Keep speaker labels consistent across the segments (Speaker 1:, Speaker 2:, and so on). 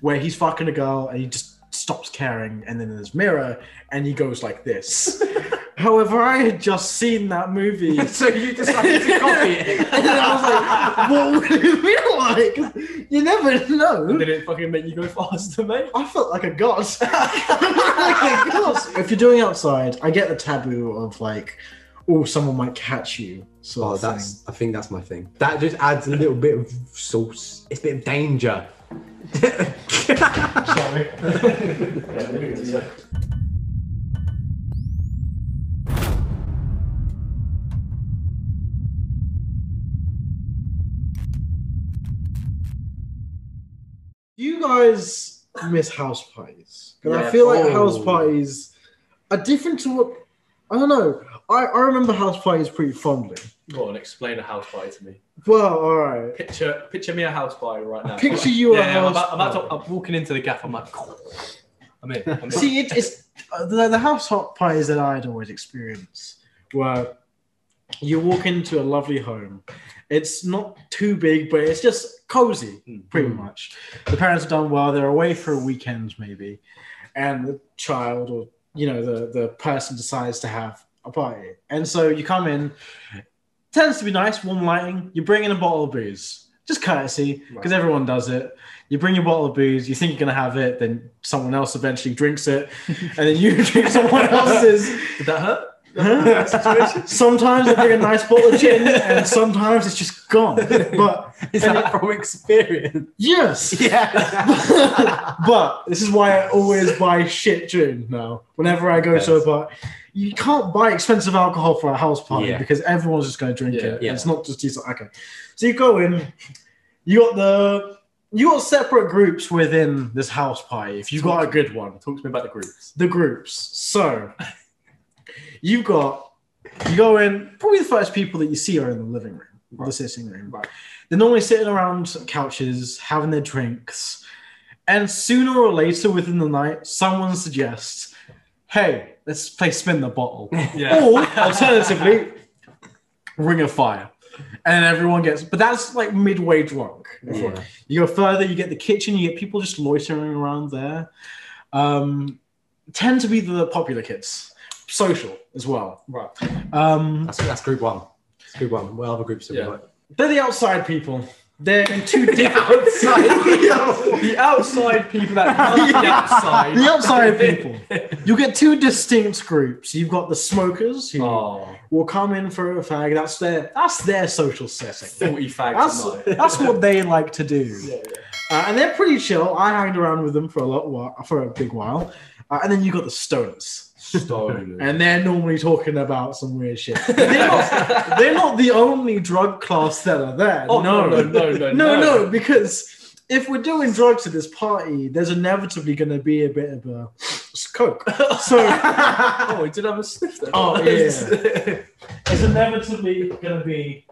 Speaker 1: where he's fucking a girl and he just stops caring and then there's mirror and he goes like this. However, I had just seen that movie.
Speaker 2: so you decided to copy it.
Speaker 1: and then I was like, what would it feel like? You never know.
Speaker 3: Did it fucking make you go faster, mate?
Speaker 1: I felt like a god. like a god. If you're doing outside, I get the taboo of like, oh, someone might catch you. Sort
Speaker 2: Oh,
Speaker 1: of
Speaker 2: that's.
Speaker 1: thing.
Speaker 2: I think that's my thing. That just adds a little bit of sauce. It's a bit of danger.
Speaker 1: Do you guys miss house parties? 'Cause I
Speaker 3: Yeah.
Speaker 1: feel like house
Speaker 2: Oh.
Speaker 1: parties are different to what I don't know. I, I remember house parties pretty fondly.
Speaker 3: Go on, explain a house party to me.
Speaker 1: Well, all right.
Speaker 3: Picture, picture me a house party right now.
Speaker 1: Picture you
Speaker 3: yeah,
Speaker 1: a
Speaker 3: yeah,
Speaker 1: house
Speaker 3: I'm, about, I'm, about
Speaker 1: party.
Speaker 3: to, I'm walking into the gaff. I'm like, I'm in. I'm in.
Speaker 1: See, it, it's uh, the, the house hot parties that I'd always experienced were you walk into a lovely home. It's not too big, but it's just cozy, pretty much. The parents have done well. They're away for a weekend, maybe, and the child or you know the the person decides to have a party, and so you come in. Tends to be nice, warm lighting. You bring in a bottle of booze, just courtesy, because everyone does it you bring your bottle of booze, you think you're gonna have it, then someone else eventually drinks it, and then you drink someone else's.
Speaker 3: Did that hurt?
Speaker 1: Huh? sometimes they bring a nice bottle of gin, and sometimes it's just gone. But
Speaker 2: Is that from experience?
Speaker 1: yes,
Speaker 2: Yeah.
Speaker 1: but this is why I always buy shit gin now. Whenever I go to a
Speaker 2: Yes.
Speaker 1: bar, you can't buy expensive alcohol for a house party
Speaker 2: Yeah.
Speaker 1: because everyone's just going to drink
Speaker 3: Yeah,
Speaker 1: it.
Speaker 2: yeah.
Speaker 1: It's not just decent. Okay, so you go in, you got the. You got separate groups within this house party. If you got a good one,
Speaker 3: Talk to me about the groups.
Speaker 1: the groups. So you got you go in. Probably the first people that you see are in the living room, or the sitting room.
Speaker 3: Right.
Speaker 1: They're normally sitting around couches having their drinks, and sooner or later within the night, someone suggests, "Hey, let's play spin the bottle,"
Speaker 3: Yeah.
Speaker 1: or alternatively, ring of fire. And everyone gets, but that's like midway drunk.
Speaker 2: Yeah.
Speaker 1: You go further, you get the kitchen, you get people just loitering around there. Um, tend to be the popular kids, social as well.
Speaker 3: Right.
Speaker 1: Um,
Speaker 2: That's, that's group one. That's group one. What other groups have
Speaker 3: Yeah.
Speaker 2: we got?
Speaker 1: they're the outside people. They're in two different.
Speaker 2: outside.
Speaker 3: The outside people that love the outside.
Speaker 1: the outside people. You get two distinct groups. You've got the smokers who
Speaker 3: Oh,
Speaker 1: will come in for a fag. That's their that's their social setting.
Speaker 3: 40 fags
Speaker 1: That's
Speaker 3: a night.
Speaker 1: that's what they like to do.
Speaker 3: Yeah,
Speaker 1: Uh, and they're pretty chill. I hanged around with them for a lot while, for a big while. Uh, and then you got the stoners.
Speaker 2: Stone.
Speaker 1: and they're normally talking about some weird shit. They're not, they're not the only drug class that are there.
Speaker 3: Oh,
Speaker 1: no.
Speaker 3: no, no, no, no.
Speaker 1: no, no, because if we're doing drugs at this party, there's inevitably going to be a bit of a coke. So
Speaker 3: Oh, he did have a sniff there.
Speaker 1: Oh,
Speaker 3: yeah.
Speaker 1: it's inevitably going to be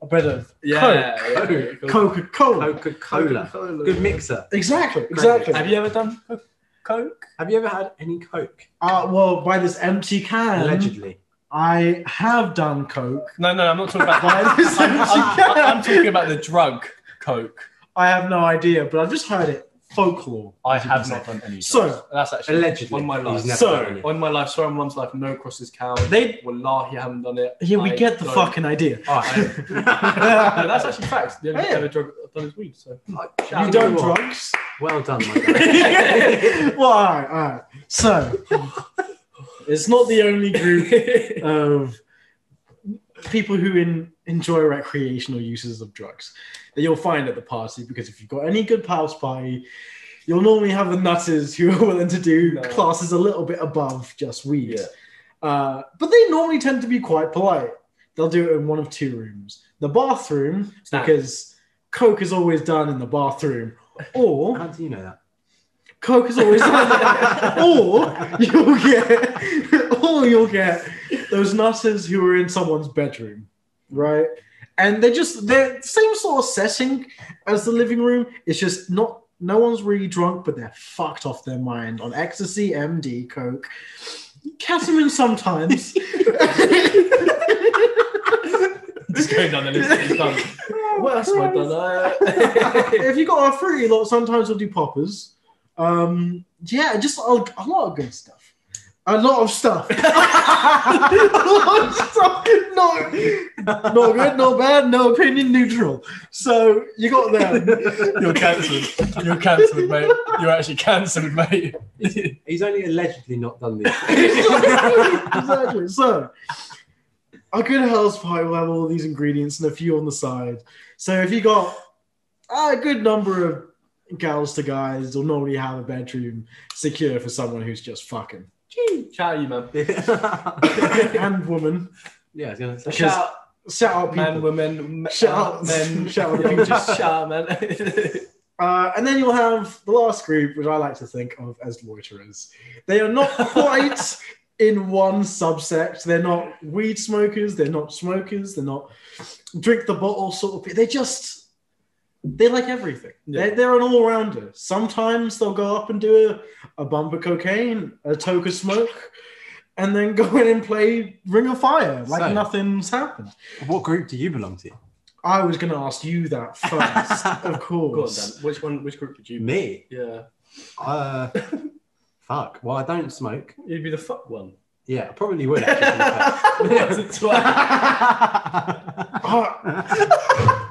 Speaker 1: a bit of
Speaker 3: yeah. yeah.
Speaker 1: Coca Cola.
Speaker 2: Coca Cola. Good mixer.
Speaker 1: Exactly, exactly.
Speaker 3: Have you ever done co- Coke?
Speaker 2: Have you ever had any Coke?
Speaker 1: Uh, well, by this empty can,
Speaker 2: Allegedly.
Speaker 1: I have done coke.
Speaker 3: No, no, I'm not talking about
Speaker 1: By this
Speaker 3: I'm,
Speaker 1: empty
Speaker 3: I'm- I'm talking
Speaker 1: can,
Speaker 3: about the drug Coke.
Speaker 1: I have no idea, but I've just heard it folklore.
Speaker 3: I
Speaker 1: as you
Speaker 3: have
Speaker 1: can say.
Speaker 3: not done any. drugs.
Speaker 1: So-
Speaker 3: that's actually
Speaker 2: Allegedly.
Speaker 3: on my life.
Speaker 2: He's never
Speaker 1: So-
Speaker 2: done any.
Speaker 3: on my life. Sorry, my mum's life. No crosses cow.
Speaker 1: They-
Speaker 3: wallahi, I haven't done it.
Speaker 1: Yeah, we
Speaker 3: I
Speaker 1: get the
Speaker 3: don't-
Speaker 1: fucking idea.
Speaker 2: All
Speaker 3: I-
Speaker 2: right.
Speaker 3: no, that's actually facts. The only
Speaker 1: Yeah.
Speaker 3: ever drug I've done is weed. So
Speaker 2: You
Speaker 1: you
Speaker 2: know
Speaker 1: don't
Speaker 2: what?
Speaker 1: drugs?
Speaker 2: Well done, my guy.
Speaker 1: well, all right, all right. So, it's not the only group of people who in, enjoy recreational uses of drugs that you'll find at the party because if you've got any good house party, you'll normally have the nutters who are willing to do
Speaker 3: No.
Speaker 1: classes a little bit above just weed.
Speaker 3: Yeah.
Speaker 1: Uh, but they normally tend to be quite polite. They'll do it in one of two rooms. The bathroom,
Speaker 3: Standard.
Speaker 1: because Coke is always done in the bathroom, or
Speaker 2: How do you know that?
Speaker 1: Coke is always done, or you'll get, or you'll get those nutters who are in someone's bedroom, right? And they're just they're same sort of setting as the living room. It's just not no one's really drunk, but they're fucked off their mind on ecstasy, MD, Coke, ketamine sometimes.
Speaker 3: Just going down the list. that he's done. What else have I done? Uh,
Speaker 1: if you got our fruity lot, sometimes we'll do poppers. Um, yeah, just a, a lot of good stuff. A lot of stuff. a lot of stuff. No, no good, no bad, no opinion, neutral. So you got them.
Speaker 3: You're cancelled. You're cancelled, mate. You're actually cancelled, mate.
Speaker 2: He's only allegedly not done this.
Speaker 1: exactly. So a good house pie will have all these ingredients and a few on the side. So if you got a good number of gals to guys, you'll normally have a bedroom secure for someone who's just fucking
Speaker 3: Shout out you, man.
Speaker 1: and woman.
Speaker 2: yeah, I was gonna say.
Speaker 1: Because-
Speaker 3: Shout out
Speaker 1: Shout out people.
Speaker 3: men, women. me-
Speaker 1: Shout
Speaker 3: uh,
Speaker 1: out-
Speaker 3: men.
Speaker 1: shout out
Speaker 3: Yeah,
Speaker 1: people.
Speaker 3: Just shout out, man.
Speaker 1: Uh, and then you'll have the last group, which I like to think of as loiterers. They are not quite in one subsect. They're not weed smokers. They're not smokers. They're not drink the bottle sort of. pe- They just they like everything.
Speaker 3: Yeah.
Speaker 1: They're, they're an all rounder. Sometimes they'll go up and do a, a bump of cocaine, a toke of smoke, and then go in and play Ring of Fire like
Speaker 2: So-
Speaker 1: nothing's happened.
Speaker 2: What group do you belong to?
Speaker 1: I was going to ask you that first, of
Speaker 3: Go on,
Speaker 1: course.
Speaker 3: Dan. Which one? Which group did you?
Speaker 2: Me.
Speaker 3: Yeah,
Speaker 2: Uh, fuck. Well, I don't smoke.
Speaker 3: you'd be the fuck one.
Speaker 2: Yeah, I probably would. Actually,
Speaker 3: That's a twat.
Speaker 1: Ah,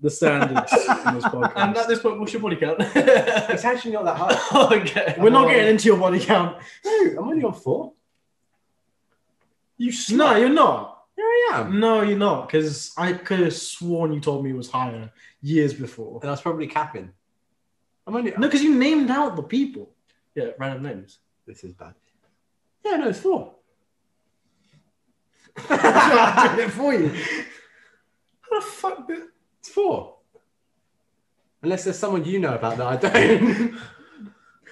Speaker 1: the standards in this podcast.
Speaker 3: And at this point, what's your body count?
Speaker 2: it's actually not that hard.
Speaker 3: okay.
Speaker 1: We're not getting into your body count.
Speaker 2: No, I'm only on four.
Speaker 3: You
Speaker 1: No, you're not.
Speaker 2: Here I am.
Speaker 1: No, you're not. Because I could have sworn you told me it was higher years before.
Speaker 2: And I was probably capping. I'm only.
Speaker 1: No, because you named out the people.
Speaker 3: Yeah, random names.
Speaker 2: This is bad. Yeah, no, it's four.
Speaker 1: I did it for you.
Speaker 3: How the fuck? Did...
Speaker 2: It's four. Unless there's someone you know about that I don't.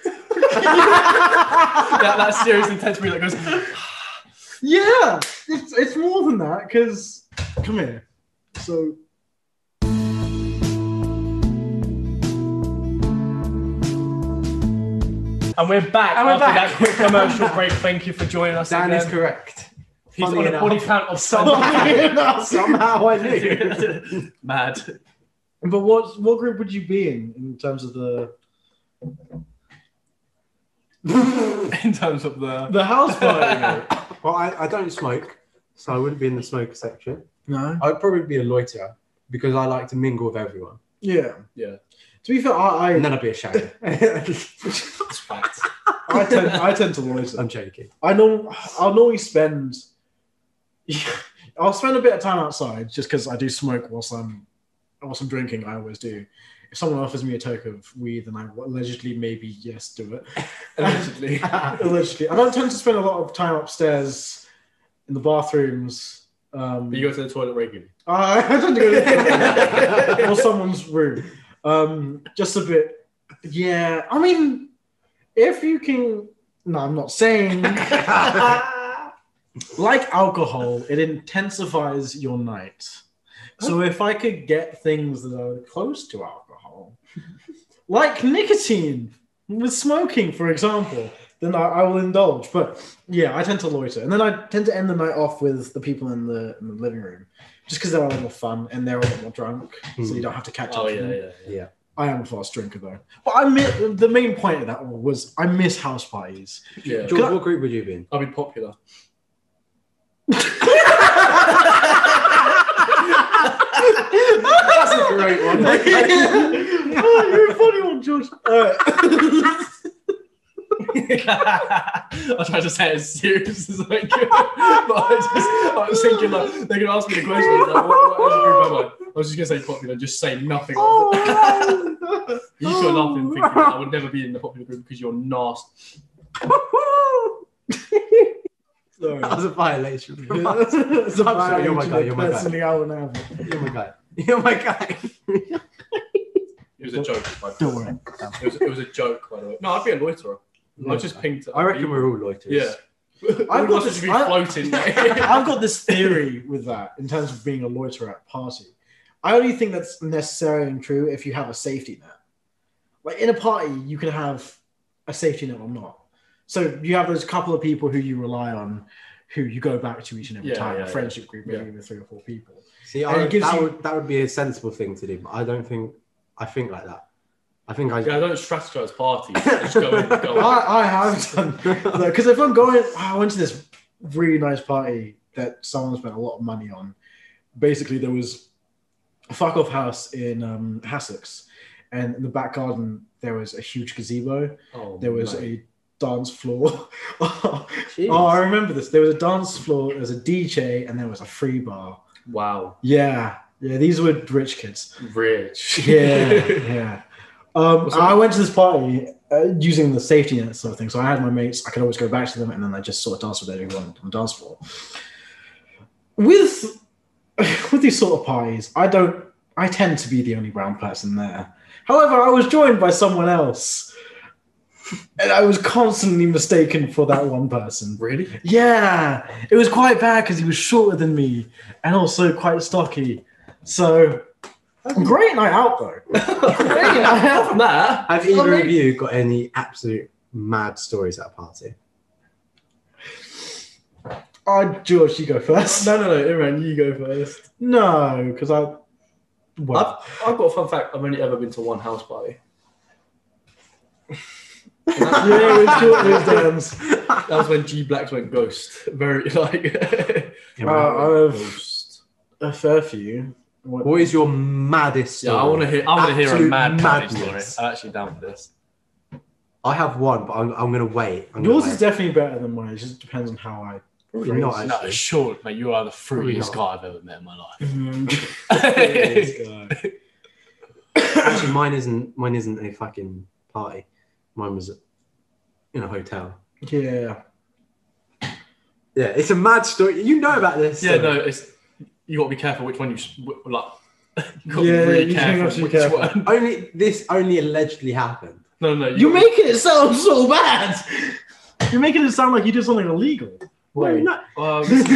Speaker 3: That, that serious intense breathing that goes.
Speaker 1: Yeah, it's, it's more than that. Because come here. So
Speaker 3: And we're back
Speaker 2: And we're
Speaker 3: after
Speaker 2: back.
Speaker 3: that quick commercial break. Thank you for joining us.
Speaker 2: Dan
Speaker 3: again.
Speaker 2: is correct.
Speaker 3: He's
Speaker 2: Funny
Speaker 3: on a
Speaker 2: enough.
Speaker 3: body count of
Speaker 1: Funny
Speaker 3: someone.
Speaker 1: enough.
Speaker 2: Somehow I knew.
Speaker 3: Mad.
Speaker 1: But what what group would you be in in terms of the
Speaker 3: In terms of the.
Speaker 1: the house party?
Speaker 2: well, I, I don't smoke, so I wouldn't be in the smoker section.
Speaker 1: no.
Speaker 2: I'd probably be a loiterer because I like to mingle with everyone.
Speaker 1: Yeah.
Speaker 3: Yeah.
Speaker 1: To be fair, I I,
Speaker 2: And then I'd be a shadow.
Speaker 3: That's fact.
Speaker 1: I tend I tend to loiter.
Speaker 2: I'm joking.
Speaker 1: I know I'll normally spend I'll spend a bit of time outside just because I do smoke whilst I'm whilst I'm drinking. I always do. If someone offers me a toke of weed, then I will allegedly maybe yes do it.
Speaker 3: Allegedly.
Speaker 1: allegedly, I don't tend to spend a lot of time upstairs in the bathrooms. Um,
Speaker 3: But you go to the toilet regularly.
Speaker 1: I Uh, I tend to go to the toilet or someone's room. Um, just a bit. Yeah, I mean, if you can. No, I'm not saying. like alcohol, it intensifies your night. So if I could get things that are close to alcohol, like nicotine with smoking, for example, then I, I will indulge. But yeah, I tend to loiter, and then I tend to end the night off with the people in the, in the living room, just because they're a lot more fun and they're a lot more drunk, so you don't have to catch up.
Speaker 3: Oh,
Speaker 1: to
Speaker 3: yeah,
Speaker 1: them.
Speaker 3: yeah. yeah.
Speaker 1: I am a fast drinker though, but I miss, the main point of that was I miss house parties.
Speaker 3: yeah.
Speaker 2: George, what group would you be in?
Speaker 3: I'll be popular.
Speaker 2: That's a great one.
Speaker 1: oh, you're a funny one, George. Alright.
Speaker 3: I tried to say it as serious as I could, but I, just, I was thinking like they could ask me a question. Like, what, what as a group am I? I was just gonna say popular, just say nothing.
Speaker 1: Oh,
Speaker 3: you two are laughing, thinking I would never be in the popular group because you're nasty.
Speaker 1: Sorry.
Speaker 2: That was a violation. You're
Speaker 1: That's- that's a
Speaker 2: I'm sorry, you're my
Speaker 1: violation
Speaker 2: guy,
Speaker 1: of
Speaker 2: you're my guy.
Speaker 1: personally I would have. it.
Speaker 2: my guy. You're my guy.
Speaker 3: It was a joke. By the
Speaker 1: Don't
Speaker 3: way.
Speaker 1: worry.
Speaker 3: It was, it was a joke, by the way. No, I'd be a loiterer. I just pinged.
Speaker 2: I reckon we're all loiterers.
Speaker 3: Yeah.
Speaker 1: I've
Speaker 3: I've
Speaker 1: got
Speaker 3: got
Speaker 1: this-
Speaker 3: to be
Speaker 1: I-
Speaker 3: floating.
Speaker 1: I've got this theory with that in terms of being a loiterer at a party. I only think that's necessary and true if you have a safety net. Like in a party, you can have a safety net or not. So you have those couple of people who you rely on who you go back to each and every
Speaker 3: Yeah,
Speaker 1: time.
Speaker 3: yeah,
Speaker 1: a
Speaker 3: yeah.
Speaker 1: friendship group, maybe
Speaker 3: Yeah.
Speaker 1: with three or four people.
Speaker 2: See,
Speaker 1: And
Speaker 2: I,
Speaker 1: it gives
Speaker 2: that,
Speaker 1: you-
Speaker 2: would, that would be a sensible thing to do, but I don't think I think like that. I think I.
Speaker 3: Yeah, I don't strategize parties. I just go in, go out.
Speaker 1: I, I have done because if I'm going, I went to this really nice party that someone spent a lot of money on. Basically, there was a fuck off house in um, Hassocks, and in the back garden there was a huge gazebo.
Speaker 3: Oh,
Speaker 1: There was
Speaker 3: mate.
Speaker 1: a dance floor. oh,
Speaker 2: Jeez.
Speaker 1: I remember this. There was a dance floor. There was a DJ, and there was a free bar.
Speaker 3: wow,
Speaker 1: Yeah, yeah. These were rich kids.
Speaker 3: rich.
Speaker 1: Yeah, yeah. Um,
Speaker 3: Was it-
Speaker 1: I went to this party uh, using the safety net sort of thing. So I had my mates. I could always go back to them, and then I just sort of danced with everyone on the dance floor. With with these sort of parties, I don't. I tend to be the only brown person there. However, I was joined by someone else, and I was constantly mistaken for that one person.
Speaker 3: really?
Speaker 1: Yeah, it was quite bad because he was shorter than me and also quite stocky. So, great night out though. great night
Speaker 3: Apart
Speaker 1: out.
Speaker 3: from that,
Speaker 2: Have either
Speaker 1: Sorry.
Speaker 2: of you got any absolute mad stories at a party?
Speaker 1: Oh, George, you go first.
Speaker 3: no, no, no, Imran, you go first.
Speaker 1: No, because I. Well,
Speaker 3: I've, I've got a fun fact. I've only ever been to one house party. And that-
Speaker 1: yeah, we short lived ends.
Speaker 3: That was when G Blacks went ghost. Very like
Speaker 1: Uh, I've
Speaker 3: ghost.
Speaker 1: a fair few. What-
Speaker 2: what is your maddest
Speaker 3: Yeah,
Speaker 2: story?
Speaker 3: I want to hear. I want to hear a
Speaker 2: Absolute
Speaker 3: mad party story.
Speaker 2: madness.
Speaker 3: I'm actually down for this.
Speaker 2: I have one, but I'm, I'm going to wait. I'm gonna
Speaker 1: Yours is
Speaker 2: wait.
Speaker 1: definitely better than mine. It just depends on how I.
Speaker 2: Probably not,
Speaker 1: phrase
Speaker 3: No,
Speaker 2: actually.
Speaker 3: sure, mate. You are the fruitiest
Speaker 2: Probably
Speaker 3: guy I've ever met in my life.
Speaker 1: Mm,
Speaker 3: yeah,
Speaker 1: this
Speaker 2: Actually, mine isn't. Mine isn't a fucking party. Mine was in a hotel.
Speaker 1: guy. yeah.
Speaker 2: Yeah, it's a mad story. You know about this. story.
Speaker 3: no, it's you got to be careful which one you s- wh- like. You gotta be
Speaker 1: Yeah, you have to be
Speaker 3: which
Speaker 1: careful.
Speaker 3: one-
Speaker 2: Only this only allegedly happened.
Speaker 3: No, no,
Speaker 1: You're
Speaker 3: gotta
Speaker 1: making it sound so bad. You're making it sound like you did something illegal. Wait.
Speaker 2: No,
Speaker 3: be- um,
Speaker 2: no.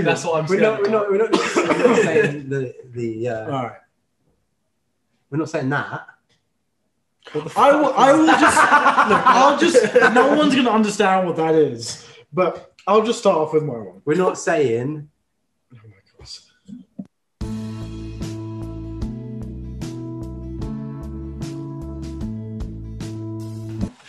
Speaker 3: that's what I'm
Speaker 2: we're
Speaker 3: saying.
Speaker 2: not. We're not. We're not, we're not saying the the.
Speaker 1: All
Speaker 2: Uh,
Speaker 1: right.
Speaker 2: we're not saying that.
Speaker 1: I will, I will just, look, I'll just, no one's going to understand what that is, but I'll just start off with my one.
Speaker 2: We're not saying.
Speaker 1: Oh my God.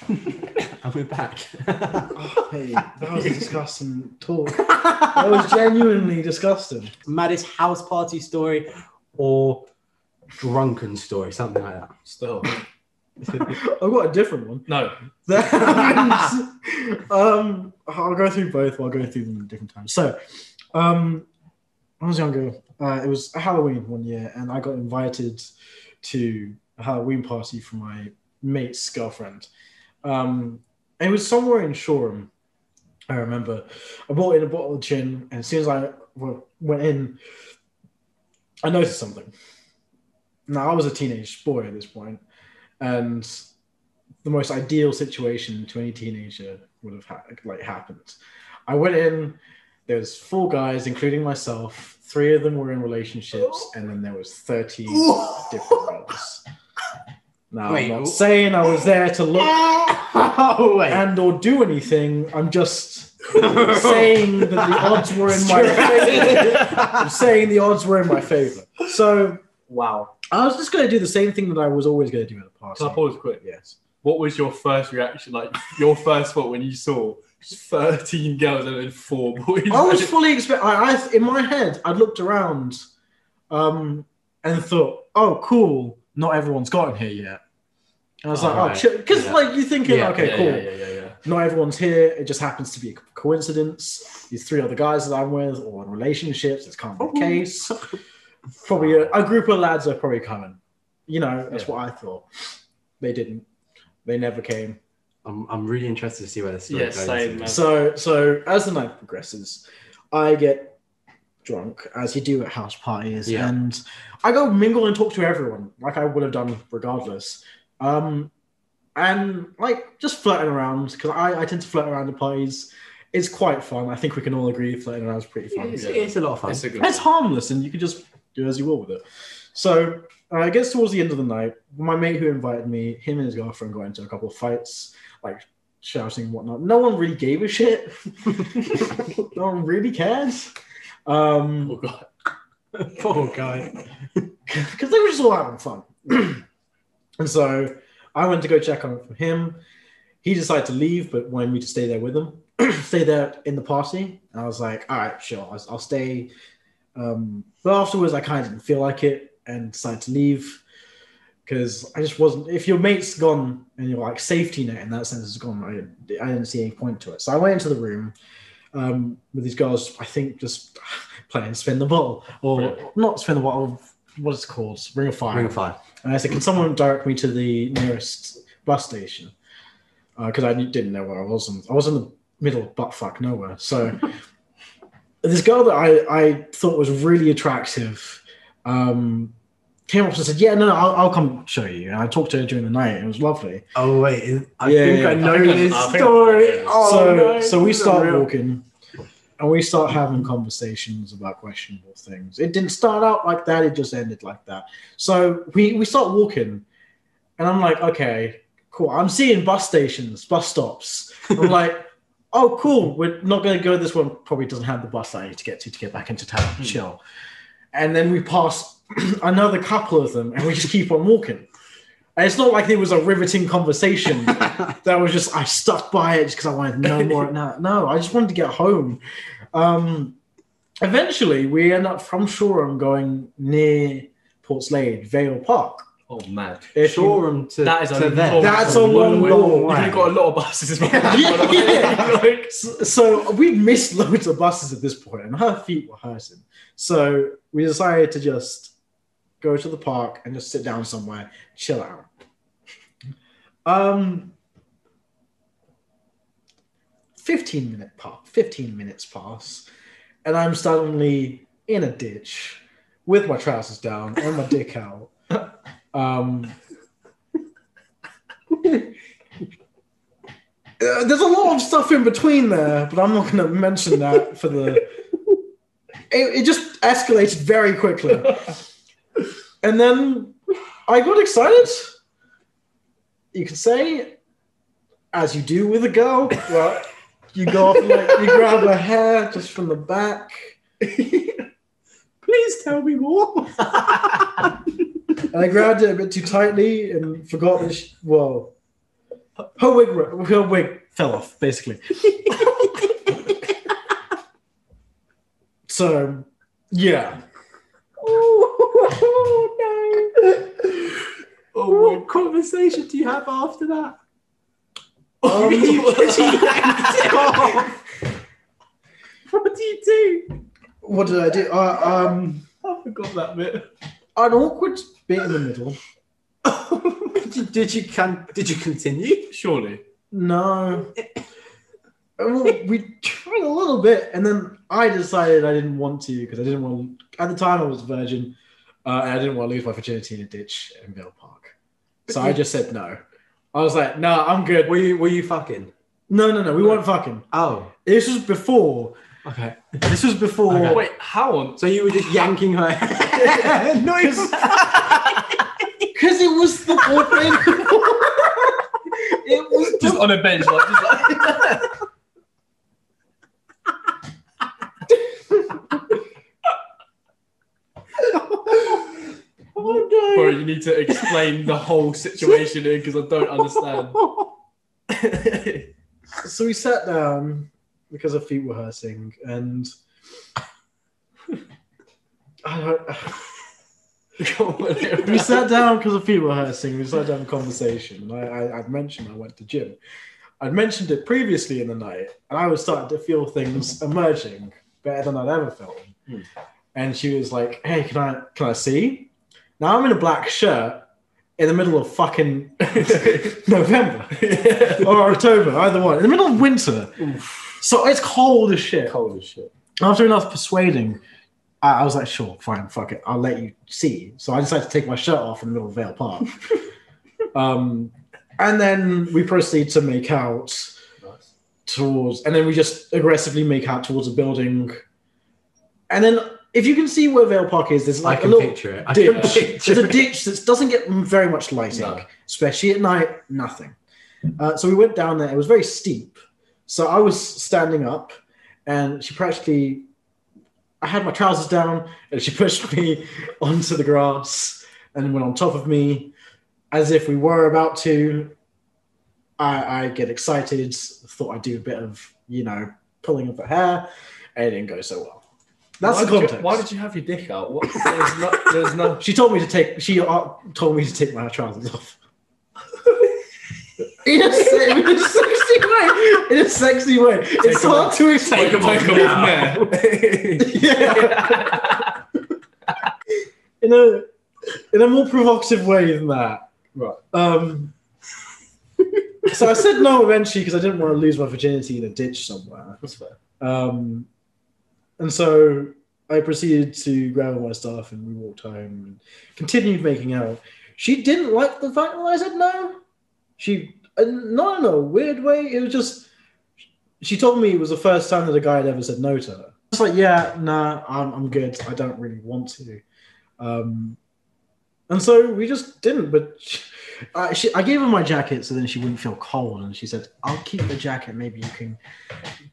Speaker 2: And we're back.
Speaker 1: Oh, hey, that was a disgusting talk. That was genuinely disgusting.
Speaker 2: Maddest house party story or drunken story, something like that.
Speaker 3: Still,
Speaker 1: I've got a different one.
Speaker 3: no.
Speaker 1: um, I'll go through both. I'll go through them at different times. So, um, when I was younger, uh, it was Halloween one year, and I got invited to a Halloween party from my mate's girlfriend. Um, and it was somewhere in Shoreham. I remember. I bought in a bottle of gin, and as soon as I w- went in, I noticed something. Now I was a teenage boy at this point, and the most ideal situation to any teenager would have ha- like happened. I went in. There was four guys, including myself. Three of them were in relationships, and then there was thirteen different girls. Now
Speaker 2: Wait,
Speaker 1: I'm
Speaker 2: wh-
Speaker 1: not saying I was there to look
Speaker 2: oh wait.
Speaker 1: and or do anything. I'm just saying that the odds were in my favor. I'm saying the odds were in my favor. So
Speaker 3: Wow.
Speaker 1: I was just going to do the same thing that I was always going to do in the past.
Speaker 3: Can I pause quick?
Speaker 1: Yes.
Speaker 3: What was your first reaction? Like your first thought when you saw thirteen girls and then four boys?
Speaker 1: I was fully expect. I, I in my head, I looked around, um, and thought, "Oh, cool. Not everyone's gotten here yet." And I was like,
Speaker 2: Alright.
Speaker 1: "Oh, because
Speaker 2: Yeah.
Speaker 1: like you're thinking,
Speaker 2: Yeah,
Speaker 1: okay,
Speaker 3: yeah,
Speaker 1: cool.
Speaker 3: yeah, yeah, yeah, yeah.
Speaker 1: not everyone's here. It just happens to be a co- coincidence. These three other guys that I'm with or in relationships. It's kind of the case. Probably uh, a, a group of lads are probably coming. You know, that's
Speaker 3: Yeah.
Speaker 1: what I thought. They didn't. They never came.
Speaker 2: I'm, I'm really interested to see where this story
Speaker 3: Yeah,
Speaker 2: goes.
Speaker 3: same, man.
Speaker 1: So, so as the night progresses, I get drunk as you do at house parties,
Speaker 2: Yeah.
Speaker 1: and I go mingle and talk to everyone like I would have done regardless. Um, and like just flirting around because I, I tend to flirt around at parties. It's quite fun. I think we can all agree flirting around is pretty fun.
Speaker 2: It's, it's a lot of fun.
Speaker 3: It's a good.
Speaker 1: It's harmless, and you can just do as you will with it. So uh, it gets towards the end of the night. My mate who invited me, him and his girlfriend got into a couple of fights, like shouting and whatnot. No one really gave a shit. no one really cares. Um,
Speaker 3: Oh god.
Speaker 2: Poor guy.
Speaker 1: because they were just all having fun. and so I went to go check on it from him. He decided to leave, but wanted me to stay there with him, stay there in the party. And I was like, all right, sure, I'll, I'll stay. Um, but afterwards, I kind of didn't feel like it and decided to leave because I just wasn't. If your mate's gone and your like safety net in that sense is gone, I, I didn't see any point to it. So I went into the room um, with these girls. I think just playing spin the bottle or
Speaker 3: Brilliant.
Speaker 1: not spin the bottle. What is it called? Ring of Fire.
Speaker 2: Ring of fire.
Speaker 1: And I said, "Can someone direct me to the nearest bus station?" Because I didn't know where I was, and I was in the middle of buttfuck nowhere. So this girl that I, I thought was really attractive um, came up and said, "Yeah, no, no I'll, I'll come show you." And I talked to her during the night. It was lovely.
Speaker 2: Oh wait, is- I
Speaker 1: Yeah,
Speaker 2: think
Speaker 1: yeah.
Speaker 2: I know
Speaker 3: I think I-
Speaker 2: this
Speaker 3: I think I-
Speaker 2: story.
Speaker 3: yeah.
Speaker 2: oh,
Speaker 1: so
Speaker 2: no,
Speaker 1: so we
Speaker 2: this is
Speaker 1: start
Speaker 2: unreal.
Speaker 1: walking and we start having conversations about questionable things it didn't start out like that it just ended like that so we we start walking and i'm like okay cool i'm seeing bus stations bus stops i'm like oh cool we're not going to go this one probably doesn't have the bus that i need to get to to get back into town
Speaker 2: Hmm.
Speaker 1: chill and then we pass another couple of them and we just keep on walking and it's not like it was a riveting conversation that was just I stuck by it just because I wanted no more. no, no, I just wanted to get home. Um, eventually, we end up from Shoreham going near Portslade, Vale Park.
Speaker 3: Oh man.
Speaker 1: If you-
Speaker 2: Shoreham to
Speaker 3: That is a
Speaker 2: to
Speaker 3: long
Speaker 2: there.
Speaker 1: That's a long,
Speaker 3: way.
Speaker 1: long
Speaker 3: You've
Speaker 1: way.
Speaker 3: got a lot of buses as well.
Speaker 1: Yeah.
Speaker 3: Like,
Speaker 1: So, so we missed loads of buses at this point, and her feet were hurting. So we decided to just go to the park and just sit down somewhere, chill out. Um, fifteen minute pass, fifteen minutes pass, and I'm suddenly in a ditch with my trousers down and my dick out. Um, Uh, there's a lot of stuff in between there, but I'm not going to mention that for the. It, it just escalated very quickly, and then I got excited. You can say, as you do with a girl, well, you go off and like you grab her hair just from the back.
Speaker 2: Please tell me more.
Speaker 1: and I grabbed it a bit too tightly and forgot that she, well, her wig, ro- her wig fell off basically. so, yeah,
Speaker 2: oh no.
Speaker 3: oh
Speaker 2: What conversation do you have after that?
Speaker 3: my
Speaker 1: Um,
Speaker 2: What do you do?
Speaker 1: what did I do? Uh, um,
Speaker 3: I forgot that bit.
Speaker 1: an awkward bit in the middle.
Speaker 2: did you did you, can, did you continue?
Speaker 3: Surely.
Speaker 1: No. Well, we tried a little bit, and then I decided I didn't want to because I didn't want. At the time, I was a virgin, uh, and I didn't want to lose my virginity in a ditch in Vale Park. So I just said no. I was like, "No, I'm good."
Speaker 2: Were you were you fucking?
Speaker 1: No, no, no. We weren't fucking.
Speaker 2: Oh,
Speaker 1: This was before.
Speaker 2: okay.
Speaker 1: This was before.
Speaker 2: Okay.
Speaker 3: Wait, how on?
Speaker 2: So you were just yanking her. hair. no, you-
Speaker 1: Because it was the fourth thing. it was the
Speaker 3: Just on a bench, like, just like. Bro, you need to explain the whole situation here because I don't understand.
Speaker 1: so we sat down because her feet were hurting, and I don't, we sat down because her feet were hurting. We decided to have a conversation. I, I, I'd mentioned I went to gym. I'd mentioned it previously in the night, and I was starting to feel things emerging better than I'd ever felt.
Speaker 3: Hmm.
Speaker 1: And she was like, "Hey, can I can I see?" Now I'm in a black shirt in the middle of fucking November or October, either one, in the middle of winter. So it's cold as shit.
Speaker 2: Cold as shit.
Speaker 1: After enough persuading, I, I was like, sure, fine, fuck it, I'll let you see. So I decided to take my shirt off in the middle of Vale Park. um, and then we proceed to make out towards, and then we just aggressively make out towards a building. And then if you can see where Vale Park is, there's
Speaker 2: I
Speaker 1: like a
Speaker 2: can
Speaker 1: little
Speaker 2: picture it. I can
Speaker 1: ditch.
Speaker 2: picture
Speaker 1: There's a
Speaker 2: it.
Speaker 1: ditch that doesn't get very much lighting,
Speaker 3: No.
Speaker 1: especially at night. Nothing. Uh, so we went down there. It was very steep. So I was standing up, and she practically. I had my trousers down, and she pushed me onto the grass and went on top of me, as if we were about to. I, I get excited. Thought I'd do a bit of you know pulling of her hair, and it didn't go so well. That's
Speaker 3: why
Speaker 1: the
Speaker 3: did you-
Speaker 1: context.
Speaker 3: why did you have your dick out? What? There's no. There's no.
Speaker 1: She told me to take. She uh, told me to take my trousers off. in, a, se- in a sexy way. In a sexy way. it's
Speaker 3: them
Speaker 1: hard to
Speaker 3: Take
Speaker 1: explain.
Speaker 3: a off now.
Speaker 1: Yeah. in a in a more provocative way than that.
Speaker 3: Right.
Speaker 1: Um. so I said no eventually because I didn't want to lose my virginity in a ditch somewhere.
Speaker 3: That's fair.
Speaker 1: Um, and so I proceeded to grab all my stuff and we walked home and continued making out. She didn't like the fact that I said no. She, and not in a weird way, it was just, she told me it was the first time that a guy had ever said no to her. It's like, yeah, nah, I'm, I'm good. I don't really want to. Um, and so we just didn't, but she, I, she, I gave her my jacket so then she wouldn't feel cold. And she said, I'll keep the jacket. Maybe you can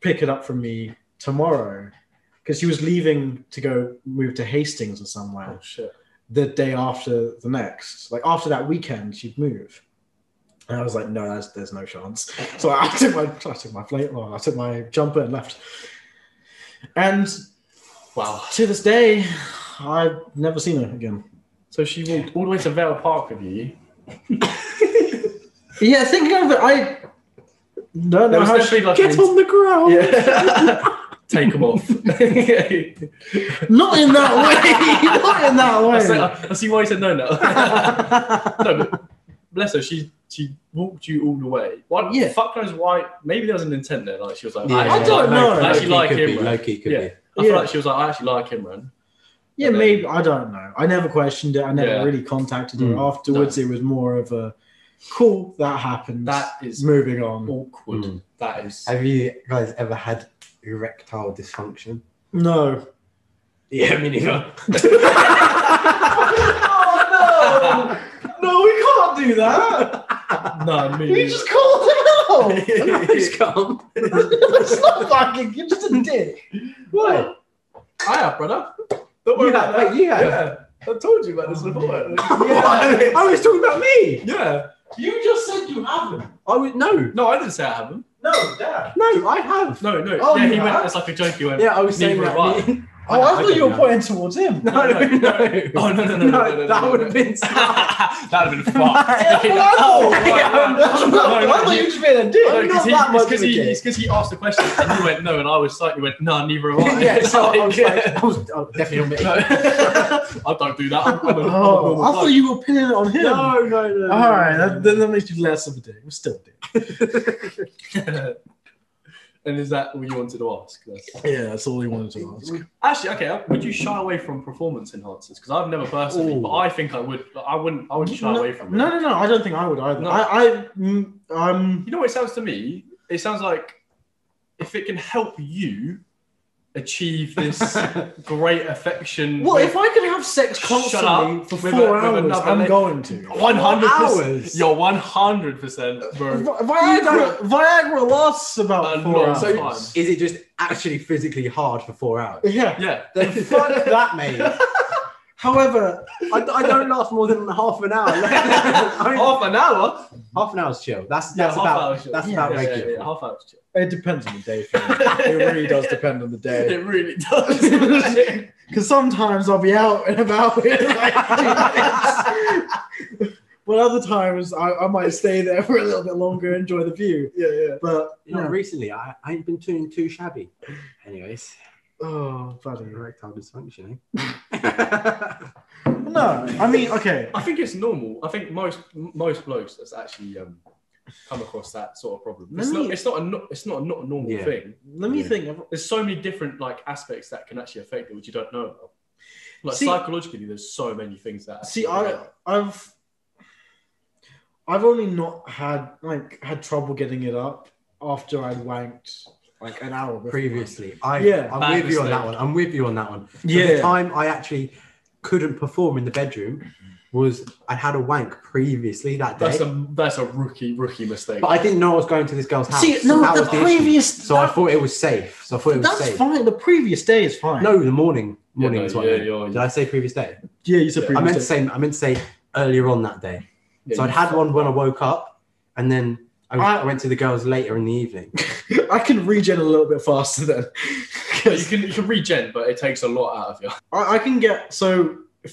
Speaker 1: pick it up from me tomorrow because she was leaving to go move to Hastings or somewhere
Speaker 3: Oh shit.
Speaker 1: the day after the next. Like after that weekend, she'd move. And I was like, no, that's, there's no chance. So I took my I took my plate, well, I took my jumper and left. And
Speaker 3: Wow.
Speaker 1: to this day, I've never seen her again.
Speaker 3: So she walked all the way to Vale Park with you.
Speaker 1: Yeah, thinking of it, I don't
Speaker 3: There
Speaker 1: know
Speaker 3: was
Speaker 1: how she,
Speaker 3: definitely like
Speaker 2: Get
Speaker 3: an-
Speaker 2: on the ground.
Speaker 1: yeah.
Speaker 3: take them off. I,
Speaker 1: not in that way. not in that way.
Speaker 3: see, I, I see why you said no now. no, but bless her. She she walked you all the way. Why?
Speaker 1: Yeah.
Speaker 3: Fuck knows why. Maybe there was an intent there. Like she was like,
Speaker 2: Yeah.
Speaker 1: I don't know.
Speaker 3: I actually
Speaker 2: Low-key
Speaker 3: like
Speaker 2: could
Speaker 3: him.
Speaker 2: be,
Speaker 3: man.
Speaker 2: low key could
Speaker 3: Yeah.
Speaker 2: be.
Speaker 3: I feel
Speaker 1: Yeah.
Speaker 3: like she was like, I actually like him, man.
Speaker 1: Yeah,
Speaker 3: And then-
Speaker 1: maybe I don't know. I never questioned it. I never
Speaker 3: Yeah.
Speaker 1: really contacted her
Speaker 2: Mm.
Speaker 1: afterwards. It was more of a cool that happened.
Speaker 3: That is
Speaker 1: moving on.
Speaker 3: awkward.
Speaker 2: Mm.
Speaker 3: That is.
Speaker 2: Have you guys ever had erectile dysfunction?
Speaker 1: No.
Speaker 2: Yeah, me neither.
Speaker 1: oh no! No, we can't do that.
Speaker 3: no, me.
Speaker 1: called it
Speaker 2: It's calm.
Speaker 1: That's not fucking. You're just a dick. What?
Speaker 3: I have, brother. Don't worry
Speaker 2: You
Speaker 3: about
Speaker 2: have-
Speaker 3: that.
Speaker 2: wait, you have?
Speaker 3: Yeah. I told you about this before.
Speaker 1: Yeah.
Speaker 2: I was talking about me.
Speaker 3: yeah.
Speaker 1: You just said you haven't.
Speaker 2: I would no,
Speaker 3: No, I didn't say I haven't.
Speaker 1: No, Dad.
Speaker 2: no, I have.
Speaker 3: No, no.
Speaker 1: Oh,
Speaker 3: yeah,
Speaker 1: you
Speaker 3: he went.
Speaker 1: have?
Speaker 3: It's like a joke. He went.
Speaker 2: Yeah, I was saying
Speaker 3: Neither
Speaker 2: that.
Speaker 3: have
Speaker 2: me.
Speaker 1: Oh, I, thought you were
Speaker 2: don't
Speaker 1: pointing towards him.
Speaker 2: know. No, no, no.
Speaker 3: Oh no no no no, no, no, no
Speaker 2: that
Speaker 3: no,
Speaker 2: would have
Speaker 3: no.
Speaker 2: been.
Speaker 3: that would have been fucked.
Speaker 1: That's what I thought.
Speaker 3: Oh, right, right.
Speaker 1: That's what I
Speaker 3: No,
Speaker 1: thought. I
Speaker 3: no,
Speaker 1: thought
Speaker 3: he-
Speaker 1: you were just being a dick.
Speaker 3: No,
Speaker 1: I'm not
Speaker 3: because he,
Speaker 1: that
Speaker 3: it's
Speaker 1: much of
Speaker 3: 'cause
Speaker 1: a
Speaker 3: he,
Speaker 1: dick.
Speaker 3: it's 'cause he asked the question and you went no, and I was like, you went no, neither am I.
Speaker 2: yeah, so I was
Speaker 3: Like,
Speaker 2: like, I was oh,
Speaker 3: no.
Speaker 2: definitely on me.
Speaker 3: I don't do that. I'm, I'm a, I'm a
Speaker 1: Oh,
Speaker 3: normal
Speaker 1: I
Speaker 3: bloke.
Speaker 1: thought you were pinning it on him.
Speaker 2: No, no, no.
Speaker 1: All right, that, then that makes you less of a dick. We're still a dick.
Speaker 3: and is that what you wanted to ask? That's-
Speaker 1: Yeah, that's all he wanted to ask.
Speaker 3: Actually, okay. Would you shy away from performance enhancers? Because I've never personally,
Speaker 2: Ooh.
Speaker 3: but I think I would. I wouldn't. I would shy
Speaker 1: no,
Speaker 3: away from it.
Speaker 1: No, no, no. I don't think I would either.
Speaker 3: No.
Speaker 1: I, I, mm, um,
Speaker 3: You know what it sounds to me? It sounds like if it can help you achieve this great affection.
Speaker 1: well, if I could have sex
Speaker 3: Shut up
Speaker 1: constantly for
Speaker 3: with a-
Speaker 1: four
Speaker 3: with
Speaker 1: hours,
Speaker 3: another
Speaker 1: I'm
Speaker 3: leg.
Speaker 1: going to.
Speaker 3: one hundred percent,
Speaker 2: hours.
Speaker 3: yo, one hundred percent, bro.
Speaker 1: Vi- Viagra, Viagra lasts about
Speaker 3: A
Speaker 1: four
Speaker 3: long
Speaker 1: hours.
Speaker 2: So
Speaker 3: Fine.
Speaker 2: is it just actually physically hard for four hours?
Speaker 1: yeah.
Speaker 3: Yeah,
Speaker 2: Then fuck that, mate.
Speaker 1: However,
Speaker 2: I, I don't last more than half an hour. I mean,
Speaker 3: half an hour.
Speaker 2: half an hour's chill. That's
Speaker 3: Yeah,
Speaker 2: that's
Speaker 3: half
Speaker 2: about
Speaker 3: hour's chill.
Speaker 2: that's
Speaker 1: Yeah,
Speaker 2: about
Speaker 3: Yeah, yeah,
Speaker 2: regular.
Speaker 3: yeah, half hour.
Speaker 1: it depends on the day. For me. It really does depend on the day.
Speaker 3: It really does.
Speaker 1: Because sometimes I'll be out and about in like two minutes. But other times I, I might stay there for a little bit longer, enjoy the view.
Speaker 3: yeah, yeah.
Speaker 1: But
Speaker 2: You know,
Speaker 1: Yeah.
Speaker 2: recently I, I ain't been doing too shabby. Anyways,
Speaker 1: oh, buddy.
Speaker 2: erectile dysfunction. eh?
Speaker 1: No, I mean, okay.
Speaker 3: I think it's normal. I think most most blokes that's actually um, come across that sort of problem. It's
Speaker 1: Let
Speaker 3: not,
Speaker 1: me-
Speaker 3: it's not a no- it's not a not a normal
Speaker 2: Yeah.
Speaker 3: thing.
Speaker 1: Let me
Speaker 2: Yeah.
Speaker 1: think. I've-
Speaker 3: There's so many different like aspects that can actually affect it, which you don't know about. Like
Speaker 1: See-
Speaker 3: psychologically, there's so many things that.
Speaker 1: See,
Speaker 3: actually
Speaker 1: I,
Speaker 3: affect it.
Speaker 1: I've, I've only not had like had trouble getting it up after I wanked like an hour before.
Speaker 2: Previously, I
Speaker 1: Yeah.
Speaker 2: I'm
Speaker 3: Bad
Speaker 2: with you on
Speaker 3: mistake.
Speaker 2: that one. I'm with you on that one. At the
Speaker 1: Yeah.
Speaker 2: time I actually couldn't perform in the bedroom, was I'd had a wank previously that day,
Speaker 3: That's a that's a rookie rookie mistake.
Speaker 2: but I didn't know I was going to this girl's house.
Speaker 1: See, no,
Speaker 2: that
Speaker 1: the
Speaker 2: was issue.
Speaker 1: previous-
Speaker 2: So I thought it was safe. So I thought it was
Speaker 1: That's
Speaker 2: safe.
Speaker 1: fine. The previous day is fine.
Speaker 2: No, the morning.
Speaker 3: Yeah,
Speaker 2: Morning
Speaker 3: no,
Speaker 2: is what
Speaker 3: yeah,
Speaker 2: I meant.
Speaker 3: you're-
Speaker 2: Did I say previous day?
Speaker 1: yeah, you said
Speaker 3: I
Speaker 2: I
Speaker 1: previous
Speaker 2: meant
Speaker 1: day.
Speaker 2: to say. I meant to say earlier on that day.
Speaker 3: Yeah,
Speaker 2: so I'd
Speaker 3: you-
Speaker 2: had one when I woke up, and then I,
Speaker 1: I-
Speaker 2: I went to the girls later in the evening.
Speaker 1: I can regen a little bit faster then.
Speaker 3: Yeah, you can you can regen, but it takes a lot out of you.
Speaker 1: I, I can get so